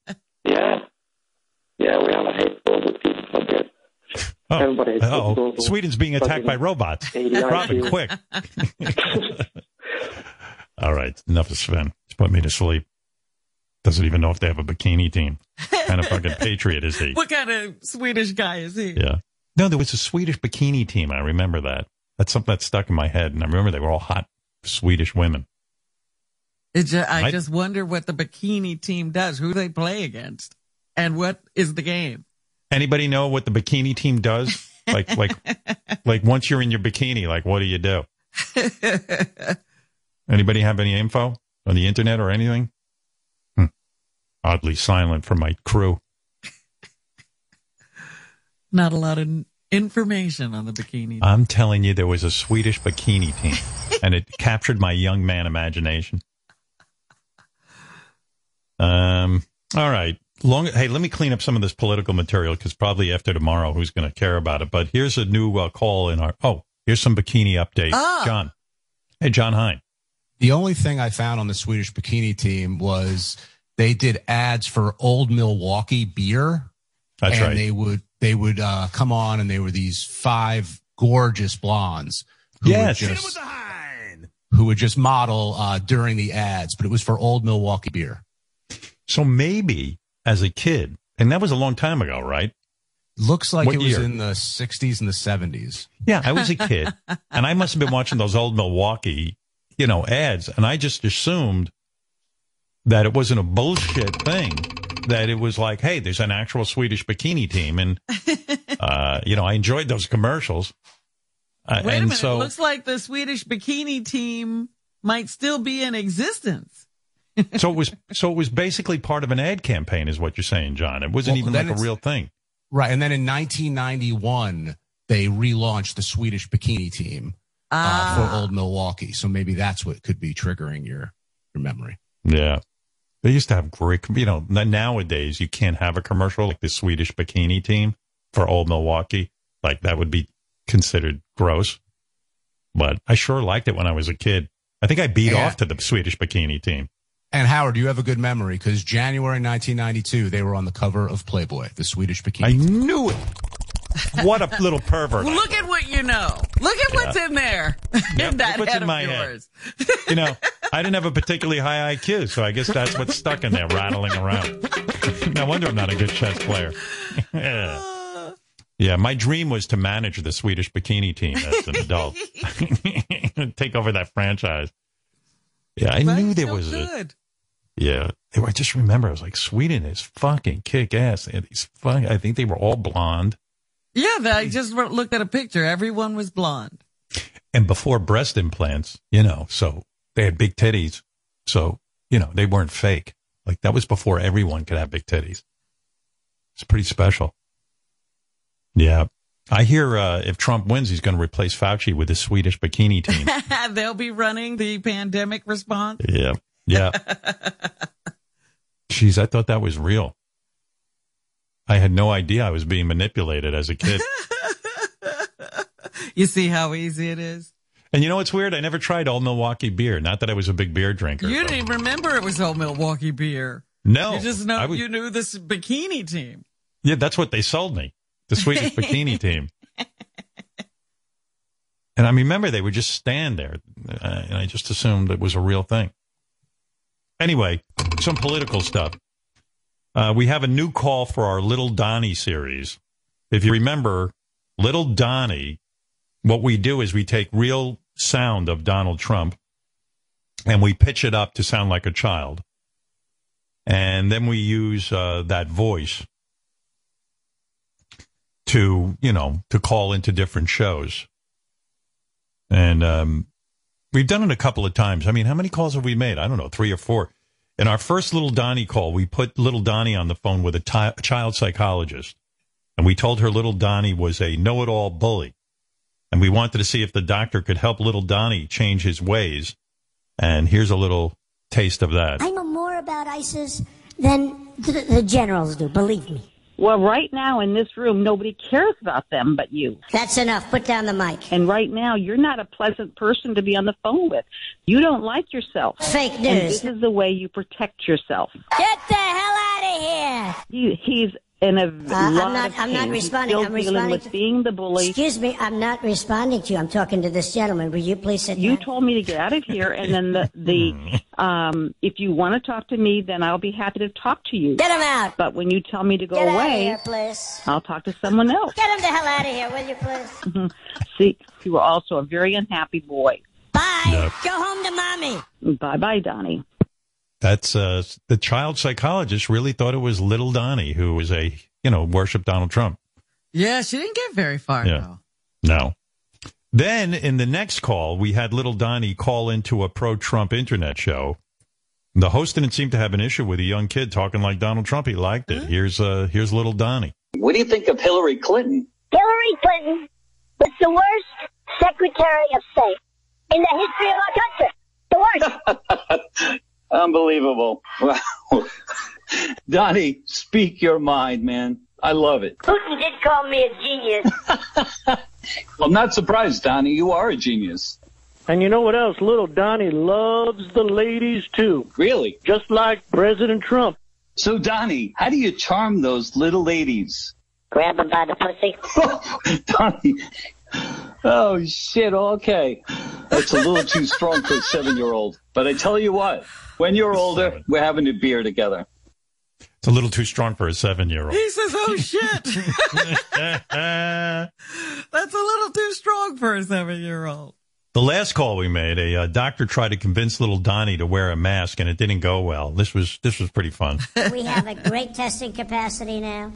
S13: Yeah. Yeah, we have a hate for the people for good. Everybody hates
S3: Oh,
S13: Bobo.
S3: Sweden's being attacked by robots.
S13: Eighty
S3: Robin,
S13: IQ.
S3: quick. All right, enough of Sven. He's put me to sleep. Doesn't even know if they have a bikini team. kind of fucking patriot is he?
S4: What kind of Swedish guy is he?
S3: Yeah. No, there was a Swedish bikini team. I remember that. That's something that stuck in my head, and I remember they were all hot Swedish women.
S4: It ju- I
S3: Right.
S4: just wonder what the bikini team does, who they play against, and what is the game.
S3: Anybody know what the bikini team does? Like, like, like once you're in your bikini, like what do you do? Anybody have any info on the internet or anything? Hmm. Oddly silent from my crew.
S4: Not a lot of n- information on the bikini.
S3: I'm telling you, there was a Swedish bikini team, and it captured my young man imagination. Um. All right. Long. Hey, let me clean up some of this political material because probably after tomorrow, who's going to care about it? But here's a new uh, call in our. Oh, here's some bikini update,
S5: Ah.
S3: John. Hey, John Hine.
S5: The only thing I found on the Swedish bikini team was they did ads for Old Milwaukee beer.
S3: That's
S5: and
S3: right.
S5: They would they would uh, come on, and they were these five gorgeous blondes who
S3: Yes.
S5: would just who would just model uh, during the ads, but it was for Old Milwaukee beer.
S3: So maybe as a kid, and that was a long time ago, right?
S5: Looks like
S3: What
S5: it was
S3: year?
S5: in the '60s and the '70s.
S3: Yeah, I was a kid, and I must have been watching those old Milwaukee, you know, ads, and I just assumed that it wasn't a bullshit thing. That it was like, hey, there's an actual Swedish bikini team, and uh, you know, I enjoyed those commercials. Uh,
S4: Wait a
S3: and
S4: minute.
S3: so,
S4: it looks like the Swedish bikini team might still be in existence.
S3: so it was, so it was basically part of an ad campaign, is what you're saying, John. It wasn't
S5: Well,
S3: even
S5: then
S3: like a
S5: it's-
S3: real thing.
S5: Right. And then in 1991, they relaunched the Swedish bikini team uh, for Old Milwaukee. So maybe that's what could be triggering your, your memory.
S3: Yeah. They used to have great, you know, n- nowadays you can't have a commercial like the Swedish bikini team for old Milwaukee. Like that would be considered gross. But I sure liked it when I was a kid. I think I beat
S5: Yeah.
S3: off to the Swedish bikini team.
S5: And Howard, you have a good memory because January 1992, they were on the cover of Playboy, the Swedish bikini. I
S3: knew it. What a little pervert.
S4: Well, look at what you know. Look at what's
S3: Yeah.
S4: in there
S3: Yep,
S4: in that
S3: look what's
S4: head
S3: in my
S4: of
S3: head.
S4: yours.
S3: You know, I didn't have a particularly high IQ, so I guess that's what's stuck in there rattling around. no wonder I'm not a good chess player. yeah. Yeah, my dream was to manage the Swedish bikini team as an adult, take over that franchise. Yeah, I knew there was a.
S4: Good.
S3: Yeah, they were, I just remember I was like, Sweden is fucking kick ass. And these fuck, I think they were all blonde,
S4: Yeah, that, I just re- looked at a picture. Everyone was blonde.
S3: and before breast implants, you know, so they had big titties, so you know they weren't fake. Like that was before everyone could have big titties. It's pretty special. Yeah. I hear uh, if Trump wins, he's going to replace Fauci with his Swedish bikini team.
S4: They'll be running the pandemic response.
S3: yeah. Yeah. Jeez, I thought that was real. I had no idea I was being manipulated as a kid.
S4: You see how easy it is?
S3: And you know what's weird? I never tried old Milwaukee beer. Not that I was a big beer drinker.
S4: You didn't even remember it was old Milwaukee beer.
S3: No,
S4: You just know
S3: I was-
S4: you knew this bikini team.
S3: Yeah, that's what they sold me. The Swedish bikini team. And I remember they would just stand there, uh, and I just assumed it was a real thing. Anyway, some political stuff. Uh, we have a new call for our Little Donnie series. If you remember, Little Donnie, what we do is we take real sound of Donald Trump and we pitch it up to sound like a child. And then we use uh, that voice to you know to call into different shows and um we've done it a couple of times i mean how many calls have we made i don't know three or four in our first little donnie call we put little donnie on the phone with a ti- child psychologist and we told her little donnie was a know-it-all bully and we wanted to see if the doctor could help little donnie change his ways and here's a little taste of that
S14: I know more about ISIS than the, the generals do, believe me.
S15: Well, right now in this room, nobody cares about them but you.
S14: That's enough. Put down the mic.
S15: And right now, you're not a pleasant person to be on the phone with. You don't like yourself.
S14: Fake
S15: And
S14: news.
S15: this is the way you protect yourself.
S14: Get the hell out of here! Uh,
S15: He, he's in a
S14: I'm
S15: lot
S14: not.
S15: of
S14: I'm not
S15: pain. He's
S14: responding.
S15: Still
S14: I'm
S15: dealing
S14: responding.
S15: with being the bully.
S14: Excuse me. I'm not responding to you. I'm talking to this gentleman. Will you please sit
S15: you
S14: down?
S15: told me to get out of here, and then the, the um, if you want to talk to me, then I'll be happy to talk to you.
S14: Get him out.
S15: But when you tell me to go
S14: Get out of
S15: away,
S14: here, please.
S15: I'll talk to someone else.
S14: Get him the hell out of here, will you please?
S15: Mhm. See, you were also a very unhappy boy.
S14: Bye.
S3: No.
S14: Go home to mommy.
S15: Bye bye, Donnie.
S3: That's uh, the child psychologist really thought it was little Donnie who was a you know worshiped Donald Trump.
S4: Yeah, she didn't get very far
S3: Yeah.
S4: though.
S3: No. Then in the next call, we had little Donnie call into a pro-Trump internet show. The host didn't seem to have an issue with a young kid talking like Donald Trump. He liked it. Here's uh, here's little Donnie.
S16: What do you think of Hillary Clinton?
S17: Hillary Clinton was the worst Secretary of State in the history of our country. The worst.
S16: Unbelievable. Wow. Donnie, speak your mind, man. I love it.
S17: Putin did call me a genius.
S16: I'm not surprised, Donnie. You are a genius.
S18: And you know what else? Little Donnie loves the ladies too.
S16: Really?
S18: Just like President Trump.
S16: So, Donnie, how do you charm those little ladies?
S17: Grab him by the pussy.
S16: Donnie. Oh, shit. Okay. That's a little too strong for a seven year old. But I tell you what, when you're older, we're having a beer together.
S3: It's a little too strong for a seven-year-old.
S4: He says, "Oh shit, that's a little too strong for a seven-year-old."
S3: The last call we made, a uh, doctor tried to convince little Donnie to wear a mask, and it didn't go well. This was this was pretty fun.
S14: we have a great testing capacity now.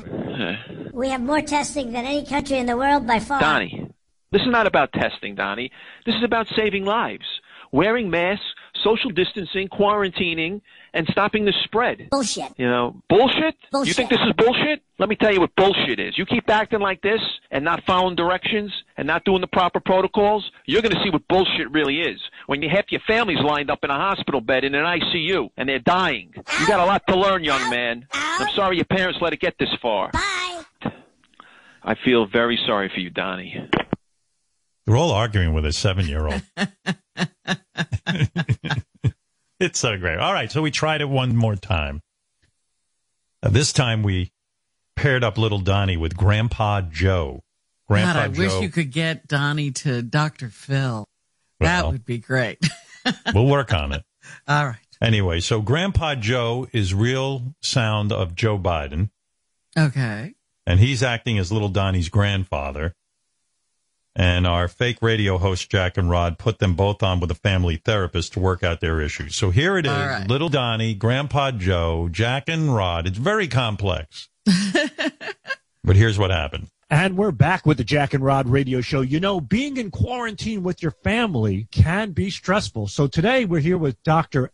S14: We have more testing than any country in the world by far.
S19: Donnie, this is not about testing, Donnie. This is about saving lives, wearing masks, social distancing, quarantining, and stopping the spread.
S14: Bullshit.
S19: You know, bullshit? You
S14: Bullshit.
S19: think this is bullshit? Let me tell you what bullshit is. You keep acting like this and not following directions and not doing the proper protocols, you're going to see what bullshit really is. When you half your family's lined up in a hospital bed in an ICU and they're dying. You got a lot to learn, young man. I'm sorry your parents let it get this far.
S14: Bye.
S19: I feel very sorry for you, Donnie.
S3: They're all arguing with a seven-year-old. it's so great. All right, so we tried it one more time. Uh, this time we paired up little Donnie with Grandpa Joe. Grandpa
S4: God, I
S3: Joe.
S4: wish you could get Donnie to Dr. Phil. that
S3: Well.
S4: would be great.
S3: We'll work on it.
S4: All right.
S3: Anyway, so Grandpa Joe is real sound of Joe Biden,
S4: Okay.
S3: and he's acting as little Donnie's grandfather. And our fake radio host Jack and Rod put them both on with a family therapist to work out their issues. So here it is:
S4: All right.
S3: little Donnie, Grandpa Joe, Jack and Rod. It's very complex, but here's what happened.
S20: And we're back with the Jack and Rod radio show. You know, being in quarantine with your family can be stressful. So today we're here with Dr.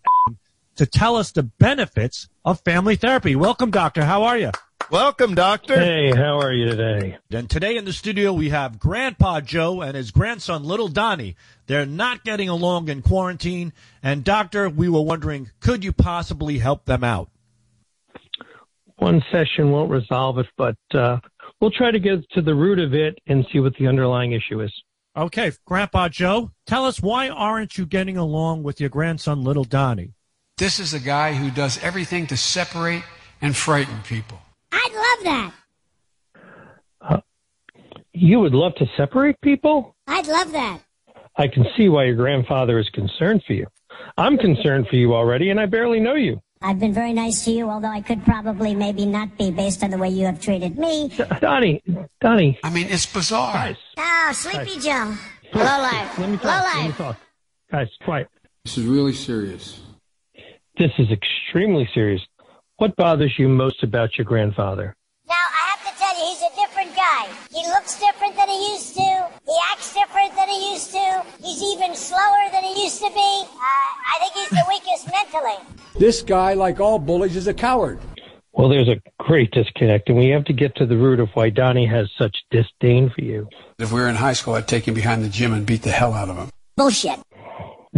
S20: to tell us the benefits of family therapy. Welcome, Doctor. How are you?
S21: Welcome, Doctor.
S20: Hey,
S21: how are you today?
S20: And today in the studio we have Grandpa Joe and his grandson Little Donnie. They're not getting along in quarantine. And Doctor, we were wondering, could you possibly help them out?
S21: One session won't resolve it, but uh, we'll try to get to the root of it and see what the underlying issue is.
S20: Okay, Grandpa Joe, tell us why aren't you getting along with your grandson, little Donnie?
S1: This is a guy who does everything to separate and frighten people.
S14: I'd love that.
S21: You would love to separate people?
S14: I'd love that.
S21: I can see why your grandfather is concerned for you. I'm concerned for you already, and I barely know you.
S14: I've been very nice to you, although I could probably maybe not be based on the way you have treated me.
S21: Donnie, Donnie.
S1: I mean, it's bizarre.
S14: Oh, Sleepy Joe. Hello, life.
S21: Let me talk.
S14: Hello,
S21: Let me
S14: life.
S21: talk. Guys, quiet. This is really serious. This is extremely serious. What bothers you most about your grandfather?
S14: Now, I have to tell you, he's a different guy. He looks different than he used to. He acts different than he used to. He's even slower than he used to be. Uh, I think he's the weakest mentally.
S21: This guy, like all bullies, is a coward. Well, there's a great disconnect, and we have to get to the root of why Donnie has such disdain for you.
S1: If we were in high school, I'd take him behind the gym and beat the hell out of him.
S14: Bullshit.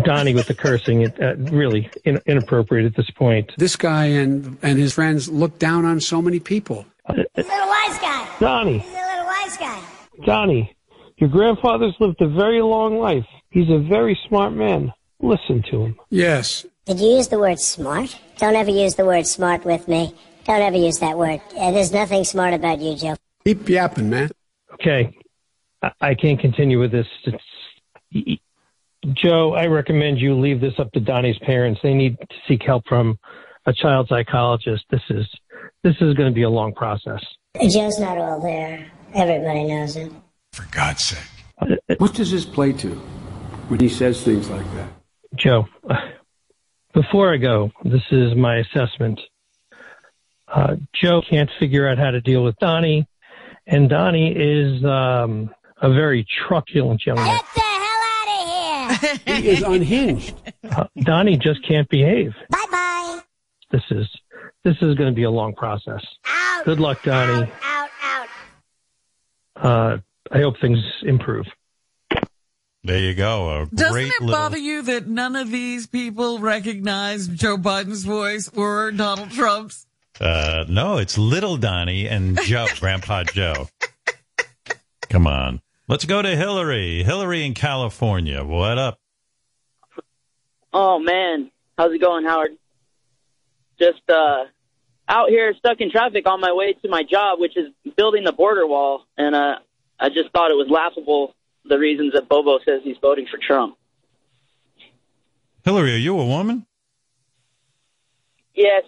S21: Donnie with the cursing, it, uh, really in, inappropriate at this point.
S1: This guy and and his friends look down on so many people.
S14: He's a little wise guy.
S21: Donnie,
S14: He's a little wise guy.
S21: Donnie, your grandfather's lived a very long life. He's a very smart man. Listen to him.
S1: Yes.
S14: Did you use the word smart? Don't ever use the word smart with me. Don't ever use that word. Uh, there's nothing smart about you, Joe.
S21: Keep yapping, man. Okay, I, I can't continue with this. It's- Joe, I recommend you leave this up to Donnie's parents. They need to seek help from a child psychologist. This is this is going to be a long process.
S14: Joe's not all there. Everybody knows it.
S1: For God's sake. What does this play to when he says things like that?
S21: Joe, before I go, this is my assessment. Uh, Joe can't figure out how to deal with Donnie, and Donnie is um, a very truculent young man.
S14: Get the hell out of here!
S21: unhinged. Uh, Donnie just can't behave.
S14: Bye bye.
S21: This is this is going to be a long process.
S14: Out.
S21: Good luck, Donnie.
S14: Out, out.
S21: Uh, I hope things improve.
S3: There you go. A
S4: Doesn't
S3: great
S4: it
S3: little-
S4: bother you that none of these people recognize Joe Biden's voice or Donald Trump's?
S3: Uh, no, it's little Donnie and Joe, Grandpa Joe. Come on. Let's go to Hillary. Hillary in California. What up?
S22: Oh man, how's it going, Howard? Just uh, out here stuck in traffic on my way to my job, which is building the border wall, and uh, I just thought it was laughable the reasons that Bobo says he's voting for Trump.
S3: Hillary, are you a woman?
S22: Yes,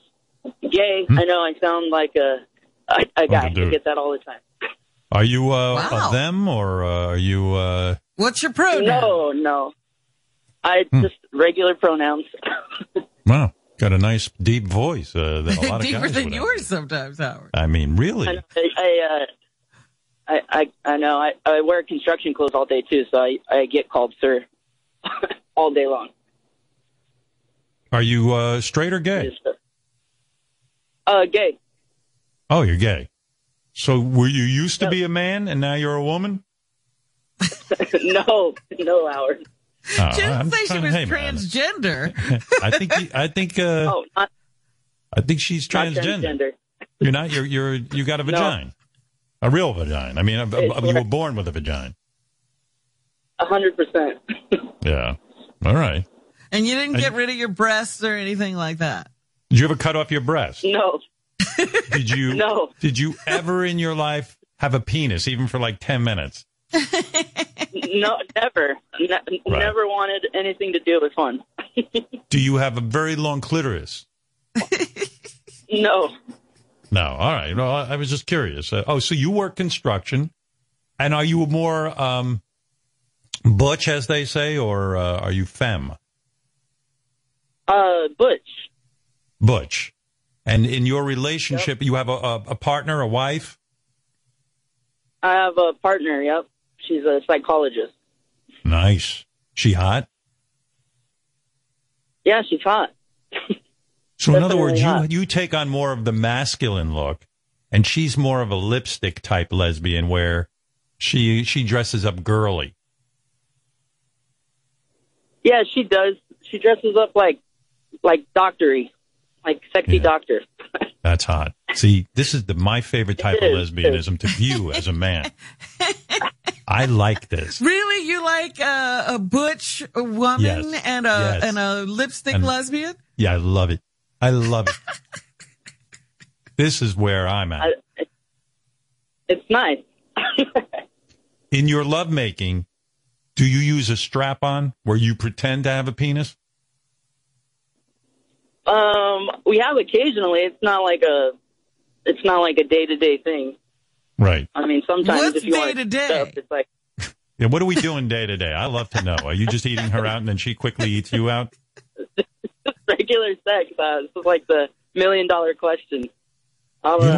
S22: gay.
S4: Hmm.
S22: I know I sound like a a, a guy. I
S3: dude.
S22: get that all the time.
S3: Are you uh,
S22: Wow.
S3: of them or uh, are you. Uh...
S4: What's your pronoun?
S22: No, no. I
S3: Hmm.
S22: just regular pronouns.
S3: Wow. Got a nice deep voice uh, that a lot of
S4: Deeper
S3: guys
S4: than
S3: would have.
S4: yours sometimes, Howard.
S3: I mean, really?
S22: I know, I I, uh, I, I, I know. I, I wear construction clothes all day too, so I, I get called sir all day long.
S3: Are you uh, straight or gay?
S22: Uh, gay.
S3: Oh, you're gay. So were you used to be a man and now you're a woman?
S22: no, no, Howard.
S3: Oh,
S22: She didn't
S3: I'm
S22: say she
S3: trying-
S22: was
S3: hey, man.
S4: Transgender.
S3: I think you- I think uh,
S22: Oh, not
S3: I think she's transgender.
S22: transgender.
S3: You're not. You're you're you got a vagina, a real vagina. I mean, a, a- you were born with a vagina.
S22: A hundred percent.
S3: Yeah. All right.
S4: And you didn't
S3: I-
S4: get rid of your breasts or anything like that.
S3: Did you ever cut off your breast?
S22: No.
S3: Did you?
S22: No.
S3: Did you ever in your life have a penis, even for like ten minutes?
S22: No, never. Ne- Never wanted anything to do with fun.
S3: Do you have a very long clitoris?
S22: No.
S3: No. All right. No, I, I was just curious. Uh, oh, so you work construction, and are you more um, butch, as they say, or uh, are you femme?
S22: Uh, Butch.
S3: Butch. And in your relationship, you have a, a, a partner, a wife.
S22: I have a partner. Yep. She's a psychologist.
S3: Nice. She hot.
S22: Yeah, she's hot.
S3: So in other words,
S22: Definitely
S3: you you take on more of the masculine look, and she's more of a lipstick type lesbian, where she she dresses up girly.
S22: Yeah, she does. She dresses up like, like doctory, like sexy doctor.
S3: That's hot. See, this is the my favorite type of
S22: It is.
S3: lesbianism to view as a man. I like this.
S4: Really, you like uh, a butch woman
S3: Yes.
S4: and a
S3: Yes.
S4: and a lipstick
S3: And-
S4: lesbian?
S3: Yeah, I love it. I love it. this is where I'm at.
S22: I, it, it's nice.
S3: In your lovemaking, do you use a strap on where you pretend to have a penis?
S22: Um, we have occasionally. It's not like a, it's not like a day to day thing.
S3: Right.
S22: I mean, sometimes
S4: What's
S22: if you want
S4: day-to-day?
S22: stuff, it's like
S3: Yeah, what are we doing day to day? I love to know. Are you just eating her out and then she quickly eats you out?
S22: regular sex. Uh, this is like the million dollar question. I don't
S3: You
S22: know.